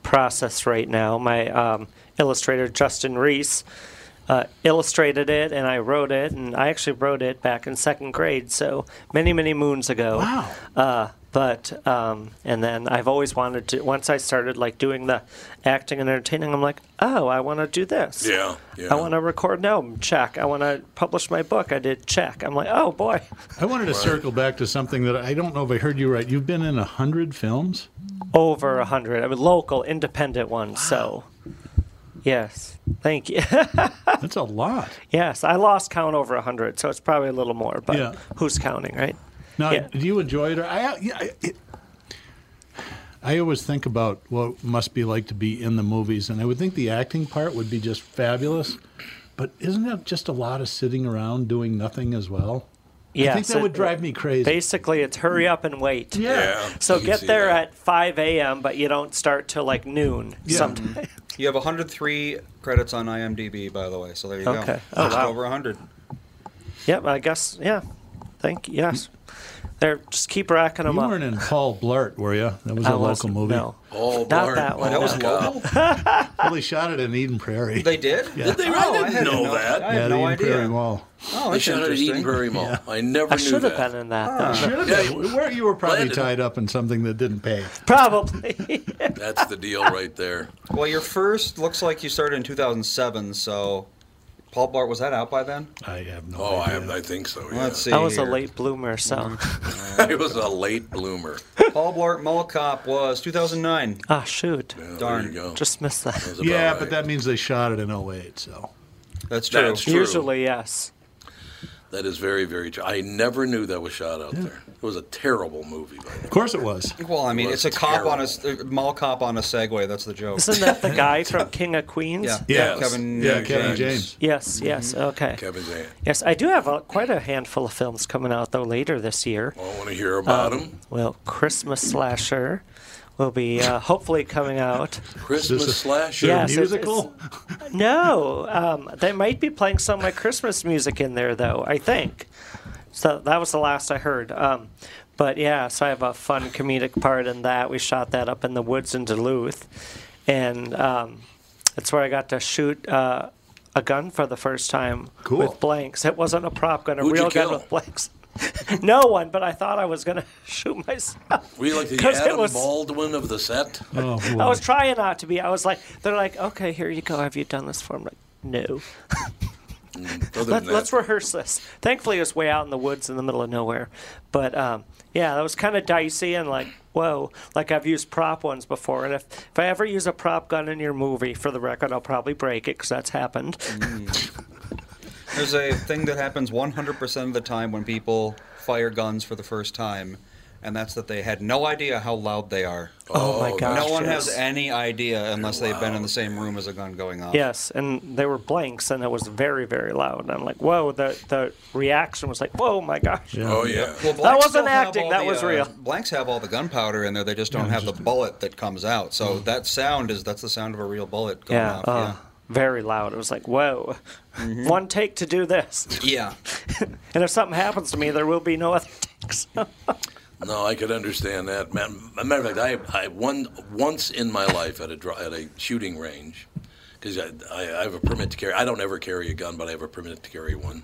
process right now. My um, illustrator Justin Reese uh, illustrated it, and I wrote it, and I actually wrote it back in second grade, so many many moons ago. Wow. Uh, but um, and then I've always wanted to. Once I started like doing the acting and entertaining, I'm like, oh, I want to do this. Yeah, yeah. I want to record an album. Check. I want to publish my book. I did. Check. I'm like, oh boy. I wanted to circle back to something that I don't know if I heard you right. You've been in a hundred films. Over a hundred. I mean, local, independent ones. So, yes. Thank you. That's a lot. yes, I lost count over a hundred, so it's probably a little more. But Yeah. who's counting, right? Now, Yeah. do you enjoy it? Or I, yeah, I, it, I always think about what it must be like to be in the movies, and I would think the acting part would be just fabulous. But isn't that just a lot of sitting around doing nothing as well? I think Yes, that it- would drive me crazy. Basically, it's hurry up and wait. Yeah. So you can get see there that. at 5 a.m., but you don't start till like noon. Yeah. Sometime. You have 103 credits on IMDb, by the way. So there you go. Okay. Oh, Just wow. over 100. Yep, I guess. Yeah. Thank you. Yes. There, just keep racking you them up. weren't in Paul Blart, were you? That was a I local wasn't, movie. No. Oh, Not Lord. that one, Oh, That was no. God. local. Well, they shot it in Eden Prairie. They did? Did they? I didn't had know no- that. I yeah, had the no Eden Prairie idea. Wall. Oh, They that's shot it at Eden interesting. Prairy Mall. I never I knew should have that. been in that. though. Should have Yeah, been. Where you were probably Landon. tied up in something that didn't pay. Probably. That's the deal right there. Well, your first looks like you started in 2007, so Paul Blart, was that out by then? I have no Oh, I, idea. I think so. Yeah. Let's see. I was a here. late bloomer, so. Mm-hmm. I was a late bloomer. Paul Blart Mall Cop was 2009. Ah, shoot. Darn. Yeah, Oh, There you go. Just missed that. That's about yeah, right. but that means they shot it in 08, so. That's true. That's true. Usually, yes. That is very, very true. I never knew that was shot out there. It was a terrible movie. By the way. Of course it was. Well, I mean, was it's a cop on a s- terrible. uh, mall cop on a Segway. That's the joke. Isn't that the guy from King of Queens? Yeah. Yes. Kevin. Yeah, uh, Kevin James. Yes, yes, okay. Kevin Zan. Yes, I do have a, quite a handful of films coming out, though, later this year. I want to hear Um, about him. Well, Christmas Slasher will be uh, hopefully coming out. Christmas This is- slasher. Yeah. Yes, it's- musical? No, um, they might be playing some of my Christmas music in there, though, I think. So that was the last I heard. Um, but yeah, so I have a fun comedic part in that. We shot that up in the woods in Duluth. And um, that's where I got to shoot uh, a gun for the first time Cool. with blanks. It wasn't a prop gun, a Who'd you real gun kill? with blanks. no one, but I thought I was going to shoot myself. Were you like the 'Cause it Adam was- Baldwin of the set? Oh, I boy. was trying not to be. I was like, they're like, okay, here you go. Have you done this for me? I'm like, no. Other Let, than that, let's rehearse this. Thankfully, it was way out in the woods in the middle of nowhere. But um, yeah, that was kind of dicey and like, whoa. Like I've used prop ones before, and if if I ever use a prop gun in your movie, for the record, I'll probably break it because that's happened. There's a thing that happens 100% of the time when people fire guns for the first time. and that's that they had no idea how loud they are. Oh, my gosh, No one has yes. any idea unless they've been in the same room as a gun going off. Yes, and they were blanks, and it was very, very loud. And I'm like, whoa, the, the reaction was like, whoa, my gosh. Oh yeah. that wasn't acting, that was real. uh, blanks have all the gunpowder in there. They just don't Yeah, have the bullet that comes out. So Mm. that sound is that's the sound of a real bullet going yeah, off. uh, very loud. It was like, whoa, one take to do this. Yeah. and if something happens to me, there will be no other takes. No, I could understand that. Man, a matter of fact, I, I one once in my life at a dri- at a shooting range because I, I, I have a permit to carry. I don't ever carry a gun, but I have a permit to carry one.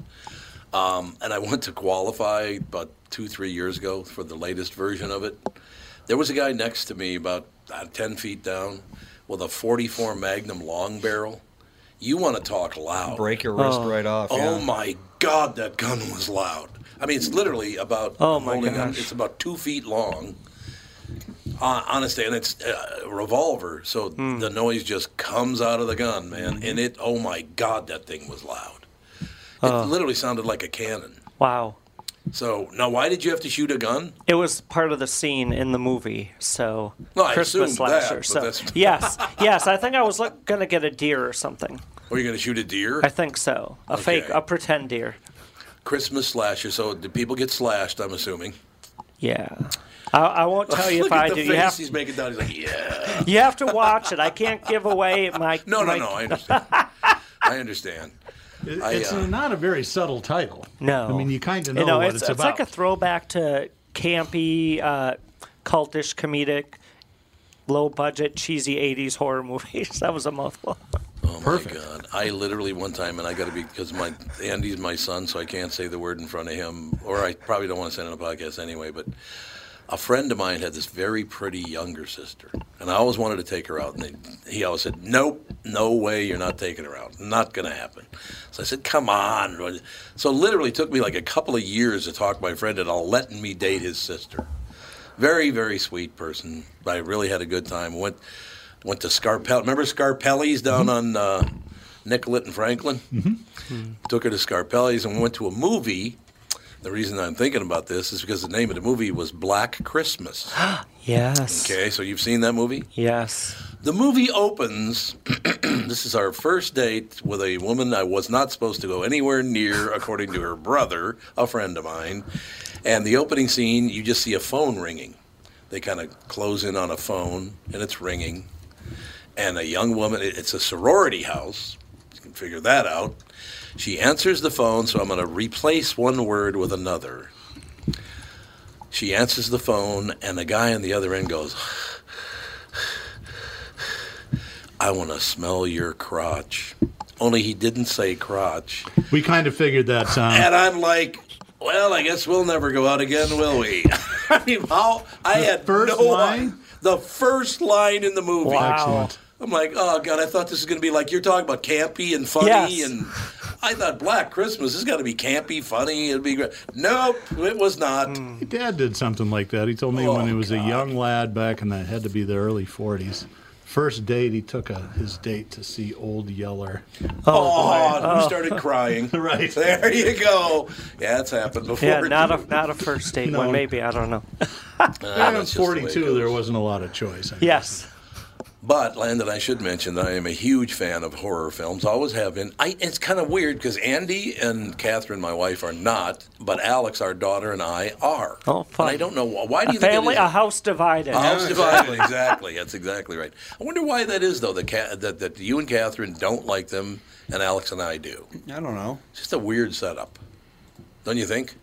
Um, and I went to qualify about two, three years ago for the latest version of it. There was a guy next to me about uh, ten feet down with a 44 Magnum long barrel. You want to talk loud? Break your wrist Oh. right off, Oh yeah. my God, that gun was loud. I mean, it's literally about Oh, my holding on- gosh. it's about two feet long. Uh, honestly, and it's uh, a revolver, so Hmm. the noise just comes out of the gun, man. And it, oh my God, that thing was loud. It Oh. literally sounded like a cannon. Wow. So now, why did you have to shoot a gun? It was part of the scene in the movie, so No, I Christmas assumed last that, year. but So that's- yes, yes, I think I was like, gonna get a deer or something. Were you going to shoot a deer? I think so. A fake, a pretend deer. Christmas slasher. So did people get slashed? I'm assuming. Yeah. I, I won't tell you Look if at I the do. Face You have, he's making down. He's like, yeah. you have to watch it. I can't give away my. No, no, my- no. I understand. I understand. I, it's uh, not a very subtle title. No. I mean, you kind You of know, know, what it's, it's, it's, about. like a throwback to campy, uh, cultish, comedic, low budget, cheesy 80s horror movies. That was a mouthful. Oh my God! I literally one time, and I got to be because my Andy's my son, so I can't say the word in front of him, or I probably don't want to say it on a podcast anyway. But a friend of mine had this very pretty younger sister, and I always wanted to take her out, and they, he always said, "Nope, no way, you're not taking her out, not going to happen." So I said, "Come on!" So literally took me like a couple of years to talk my friend into letting me date his sister. Very, very sweet person. I really had a good time. Went went to Scarpelli. Remember Scarpelli's down on uh, Nicollet and Franklin? Took her to Scarpelli's and went to a movie. The reason I'm thinking about this is because the name of the movie was Black Christmas. Yes. Okay, so you've seen that movie? Yes. The movie opens. this is our first date with a woman I was not supposed to go anywhere near, according to her brother, a friend of mine. And the opening scene, you just see a phone ringing. They kind of close in on a phone, and it's ringing. And a young woman, it- it's a sorority house. You can figure that out. She answers the phone, so I'm going to replace one word with another. She answers the phone, and the guy on the other end goes, I want to smell your crotch. Only he didn't say crotch. we kind of figured that, Tom. And I'm like, well, I guess we'll never go out again, will we? I mean, how? I had first no line? The first line in the movie. Wow. Excellent. I'm like, oh, God, I thought this was going to be like you're talking about campy and funny. Yes. And I thought Black Christmas has got to be campy, funny. It'd be great. Nope, it was not. My dad did something like that. He told me when he Oh, was a young lad back in the had to be the early '40s. First date, he took a, his date to see Old Yeller. Oh, we started crying. right. There you go. Yeah, it's happened before. Yeah, not too. a not a first date No. one, maybe I don't know. Ah, At that's just the way it 42, there wasn't a lot of choice. I Yes. But Landon, I should mention that I am a huge fan of horror films. Always have been. I, it's kind of weird because Andy and Catherine, my wife, are not, but Alex, our daughter, and I are. Oh, fun! I don't know why. why do A you family, think it a is? Oh, house divided. A house divided. exactly. That's exactly right. I wonder why that is though. That, Ca- that that you and Catherine don't like them, and Alex and I do. I don't know. It's just a weird setup, don't you think?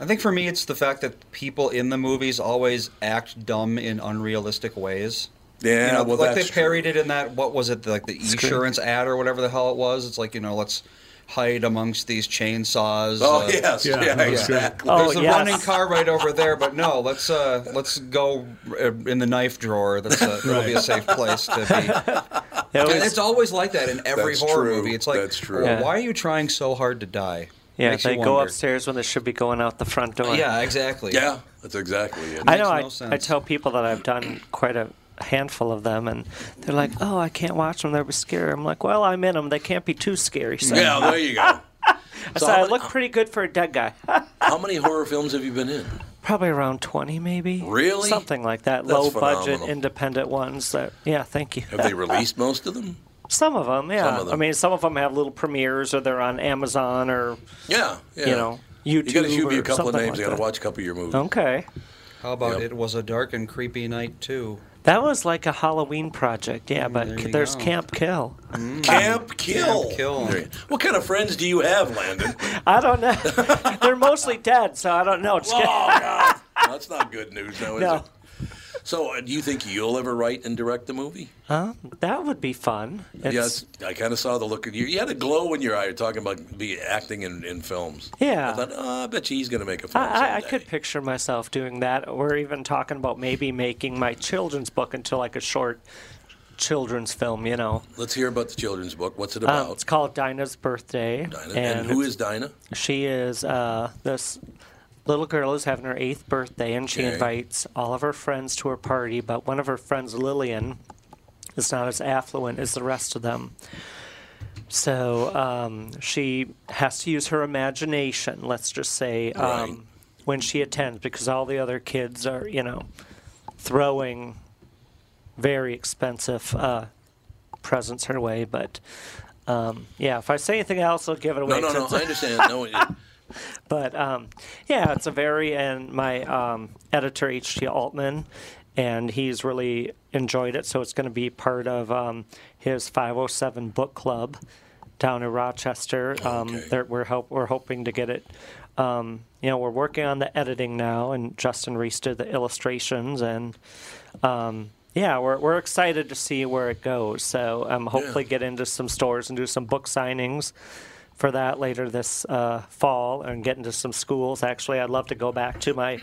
I think for me, it's the fact that people in the movies always act dumb in unrealistic ways. Yeah, you know, well, like that's they parried it in that what was it like the Scream. insurance ad or whatever the hell it was. It's like you know let's hide amongst these chainsaws. uh, Oh, yes. Yeah, Yeah, that was exactly. great. There's Oh, a yes. running car right over there, but no, let's uh, let's go uh, in the knife drawer. That's uh that'll be a Right. safe place to be. That And was- it's always like that in every That's horror true. movie. It's like That's true. well, Yeah. why are you trying so hard to die? Yeah, Makes they you go wonder. upstairs when they should be going out the front door. Yeah, exactly. Yeah, that's exactly it. I know. I, I tell people that I've done quite a handful of them, and they're like, "Oh, I can't watch them; they're scary." I'm like, "Well, I'm in them. They can't be too scary." So. Yeah, there you go. I said, "I look pretty good for a dead guy." How many horror films have you been in? Probably around 20, maybe. Really? Something like that. That's Low budget, phenomenal. independent ones. That yeah, thank you. Have they released most of them? Some of them, yeah. Some of them. I mean, some of them have little premieres, or they're on Amazon, or Yeah, yeah. you know, You YouTube. got to shoot me or a couple of something names. Like I got that. to watch a couple of your movies. Okay, How about Yep. it was a dark and creepy night too? that was like a Halloween project, yeah. But there you there's go. Camp Kill. Camp Kill. Camp Kill. Great. What kind of friends do you have, Landon? I don't know. they're mostly dead, so I don't know. It's oh God, that's not good news, now, is No. it? So, uh, do you think you'll ever write and direct a movie? Huh? that would be fun. It's, yes, I kind of saw the look in you. You had a glow in your eye. You're talking about be acting in, in films. I Yeah. thought, oh, I bet you he's going to make a film. I, I- I someday." could picture myself doing that, or even talking about maybe making my children's book into like a short children's film. You know, Let's hear about the children's book. What's it um, about? it's called Dinah's Birthday, Dinah. And, who is Dinah? she is uh, this little girl is having her eighth birthday, and she Okay. invites all of her friends to her party. But one of her friends, Lillian, is not as affluent as the rest of them. So um, she has to use her imagination. Let's just say um, Right. when she attends, because all the other kids are, you know, throwing very expensive uh, presents her way. But um, yeah, if I say anything else, I'll give it No, away. no, no. since- I understand. No, it- but um, yeah, it's a very and my um, editor H.T. Altman, and he's really enjoyed it. So it's going to be part of um, his 507 book club down in Rochester. Um, Okay. that we're help, we're hoping to get it. Um, you know, we're working on the editing now, and Justin Reese did the illustrations, and um, yeah, we're we're excited to see where it goes. So um, hopefully, get into some stores and do some book signings for that later this uh, fall and get into some schools. Actually, I'd love to go back to my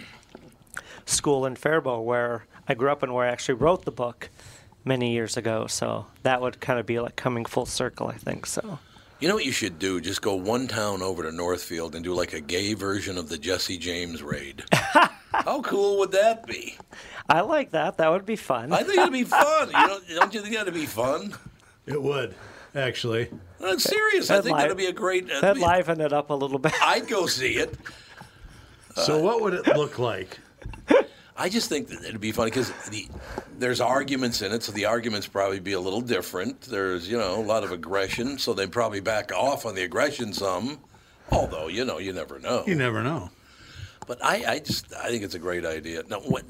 school in Faribault where I grew up and where I actually wrote the book many years ago. So that would kind of be like coming full circle, I think. So You know what you should do? Just go one town over to Northfield and do like a gay version of the Jesse James raid. How cool would that be? I like that. That would be fun. I think it'd be fun. You don't, don't you think that'd be fun? It would, actually. I'm serious. I That think li- that'd be a great. That'd liven it up a little bit. I'd go see it. Uh, So, what would it look like? I just think that it'd be funny because the, there's arguments in it, so the arguments probably be a little different. There's you know a lot of aggression, so they probably back off on the aggression some. Although you know you never know. You never know. But I, I just I think it's a great idea. Now, what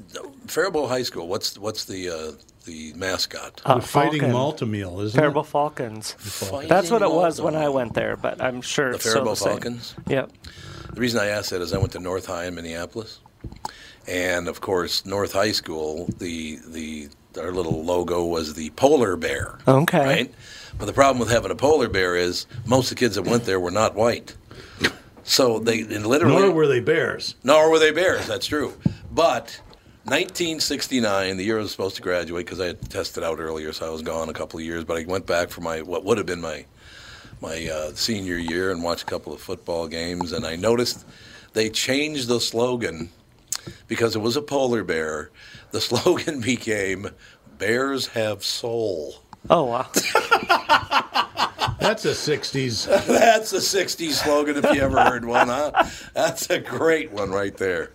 Faribault High School? What's what's the uh, the mascot? Uh, the fighting Falcon. Maltameal, isn't Faribault it? Falcons. Fighting That's what it was when I Malta. went there, but I'm sure The it's still Faribault the same. Falcons. Yep. The reason I asked that is I went to North High in Minneapolis, and of course North High School. The the our little logo was the polar bear. Okay. Right. But the problem with having a polar bear is most of the kids that went there were not white. So they and literally Nor were they bears. Nor were they Bears. That's true. But 1969, the year I was supposed to graduate, because I had tested out earlier, so I was gone a couple of years. But I went back for my what would have been my my uh, senior year and watched a couple of football games, and I noticed they changed the slogan because it was a polar bear. The slogan became "Bears have soul." Oh wow. That's a 60s. That's a 60s slogan if you ever heard one, huh? That's a great one right there.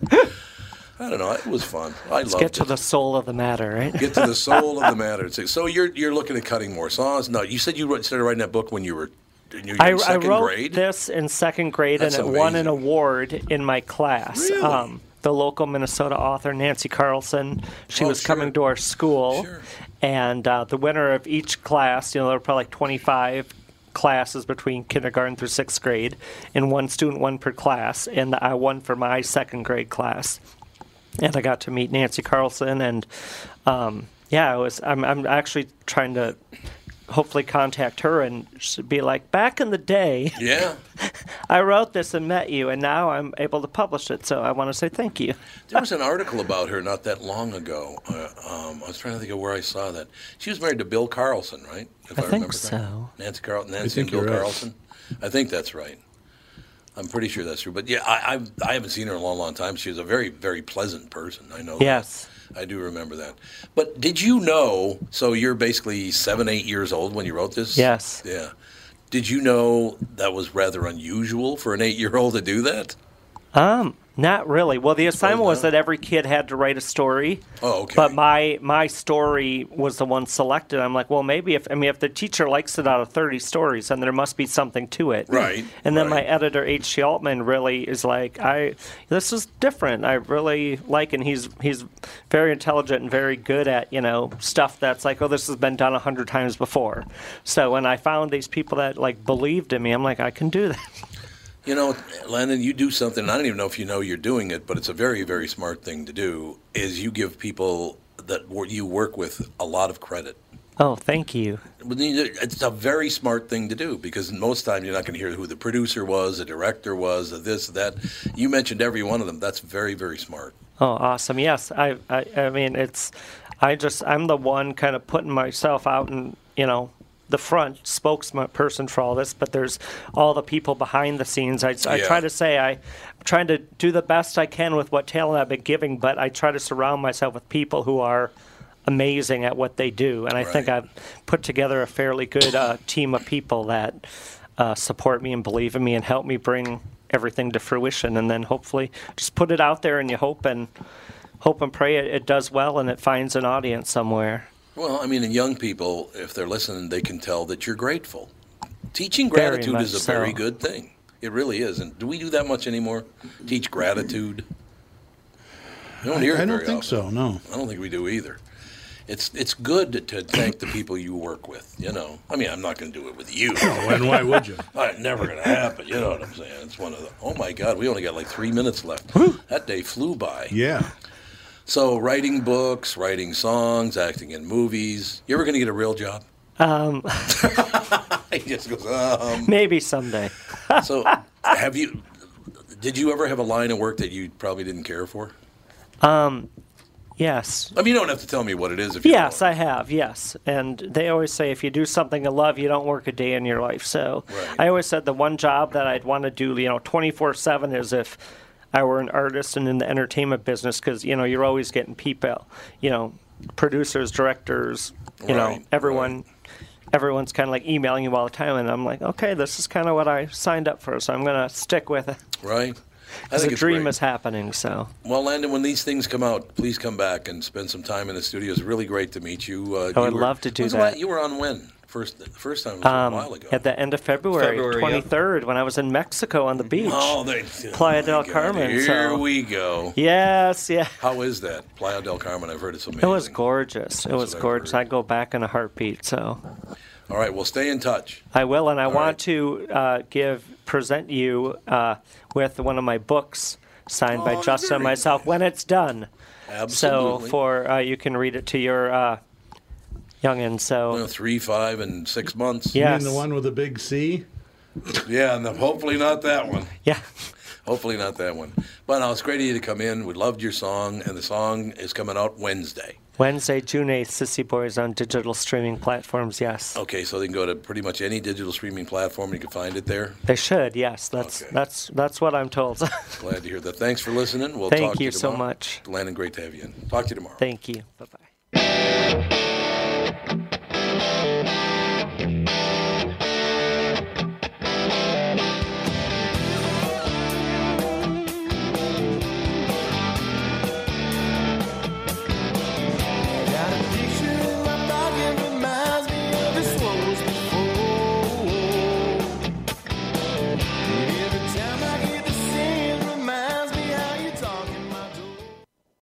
I don't know. It was fun. I loved Get to it. the soul of the matter, right? Get to the soul of the matter. It's- So you're you're looking at cutting more saws. No, you said you wrote- started writing that book when you were in your I, in I second wrote grade. this in second grade, That's and it won an amazing. award in my class. Um, Really? the local Minnesota author Nancy Carlson, she Oh, was sure. coming to our school, Sure. and uh, the winner of each class, you know, there were probably like 25 classes between kindergarten through sixth grade, and one student won per class, and I won for my second grade class. and I got to meet Nancy Carlson and um, yeah, I was I'm I'm actually trying to hopefully contact her and s- be like back in the day Yeah. I wrote this and met you and now I'm able to publish it so I want to say thank you. There was an article about her not that long ago. Uh, um, I was trying to think of where I saw that. She was married to Bill Carlson, right? If I think correctly. so. Nancy Carlson. Nancy think and Bill you're right. Carlson. I think that's right. I'm pretty sure that's true. But yeah, I, I've, I haven't seen her in a long, long time. She was a very, very pleasant person. I know. that. Yes. I do remember that. But did you know? So you're basically seven, eight years old when you wrote this. Yes. Yeah. Did you know that was rather unusual for an eight-year-old to do that? Um, not really. Well, the assignment was that every kid had to write a story. Oh, okay. But my my story was the one selected. I'm like, well, maybe if I mean if the teacher likes it out of 30 stories, then there must be something to it. Right, And then my editor H.G. Altman really is like, I this is different. I really like, and he's he's very intelligent and very good at you know stuff that's like, oh, this has been done a hundred times before. So when I found these people that like believed in me, I'm like, I can do that. You know, Landon, you do something. I don't even know if you know you're doing it, but it's a very, very smart thing to do. Is you give people that wor- you work with a lot of credit. Oh, thank you. It's a very smart thing to do because most times you're not going to hear who the producer was, the director was, the this, that. You mentioned every one of them. That's very, very smart. Oh, awesome! Yes, I, I, I mean, it's, I just, I'm the one kind of putting myself out and you know, the front spokesperson for all this, but there's all the people behind the scenes. I, I Yeah. try to say I, I'm trying to do the best I can with what talent I've been giving, but I try to surround myself with people who are amazing at what they do, and I think I've put together a fairly good uh, team of people that uh, support me and believe in me and help me bring everything to fruition, and then hopefully just put it out there and you hope and hope and pray it, it does well and it finds an audience somewhere. Well, I mean, in young people, if they're listening, they can tell that you're grateful. Teaching Very gratitude much is a very so. good thing. It really is. And do we do that much anymore? Teach gratitude? You don't hear it I, I don't very think often. so. No. I don't think we do either. It's it's good to, to thank the people you work with. You know, I mean, I'm not going to do it with you. Oh, and why would you? Uh, it's never going to happen. You know what I'm saying? It's one of the. Oh my God, we only got like three minutes left. that day flew by. Yeah. So writing books, writing songs, acting in movies. You ever going to get a real job? Um, he just goes. Um. maybe someday. So have you? Did you ever have a line of work that you probably didn't care for? Um, yes. I mean, you don't have to tell me what it is if you Yes, I have. Yes, and they always say if you do something you love, you don't work a day in your life. So I always said the one job that I'd want to do, you know, twenty four seven is if I were an artist and in the entertainment business, because you know you're always getting people, you know, producers, directors, you know, Right, everyone. Everyone's kind of like emailing you all the time, and I'm like, okay, this is kind of what I signed up for, so I'm gonna stick with it. Right. I Because think the it's dream great. is happening, so. Well, Landon, when these things come out, please come back and spend some time in the studio. It's really great to meet you. I Uh, you would were- Oh, love to do when's the la- that. You were on when? First, first time was um, a while ago. At the end of February, February, yeah. 23rd, when I was in Mexico on the beach. Oh, they- Playa del God, Carmen. Here so- we go. Yes, yeah. How is that? Playa del Carmen. I've heard it's amazing. It was gorgeous. It That's was what I've gorgeous. I'd go back in a heartbeat. So All right, well, stay in touch. I will, and I want to uh, give present you uh, with one of my books signed by Oh, Justin very and myself when it's done. Absolutely. So for uh, you can read it to your uh, youngin. So Well, three, five, and six months. You mean Yes. the one with the big C? yeah, and the, hopefully not that one. Yeah. Hopefully not that one. But no, it's great of you to come in. We loved your song, and the song is coming out Wednesday. Wednesday, June eighth, Sissy Boys on digital streaming platforms. Yes. Okay, so they can go to pretty much any digital streaming platform. You can find it there. They should, yes. That's that's that's what I'm told. Glad to hear that. Thanks for listening. We'll Thank talk to you you so tomorrow. much. Landon, great to have you in. Talk to you tomorrow. Thank you. Bye bye.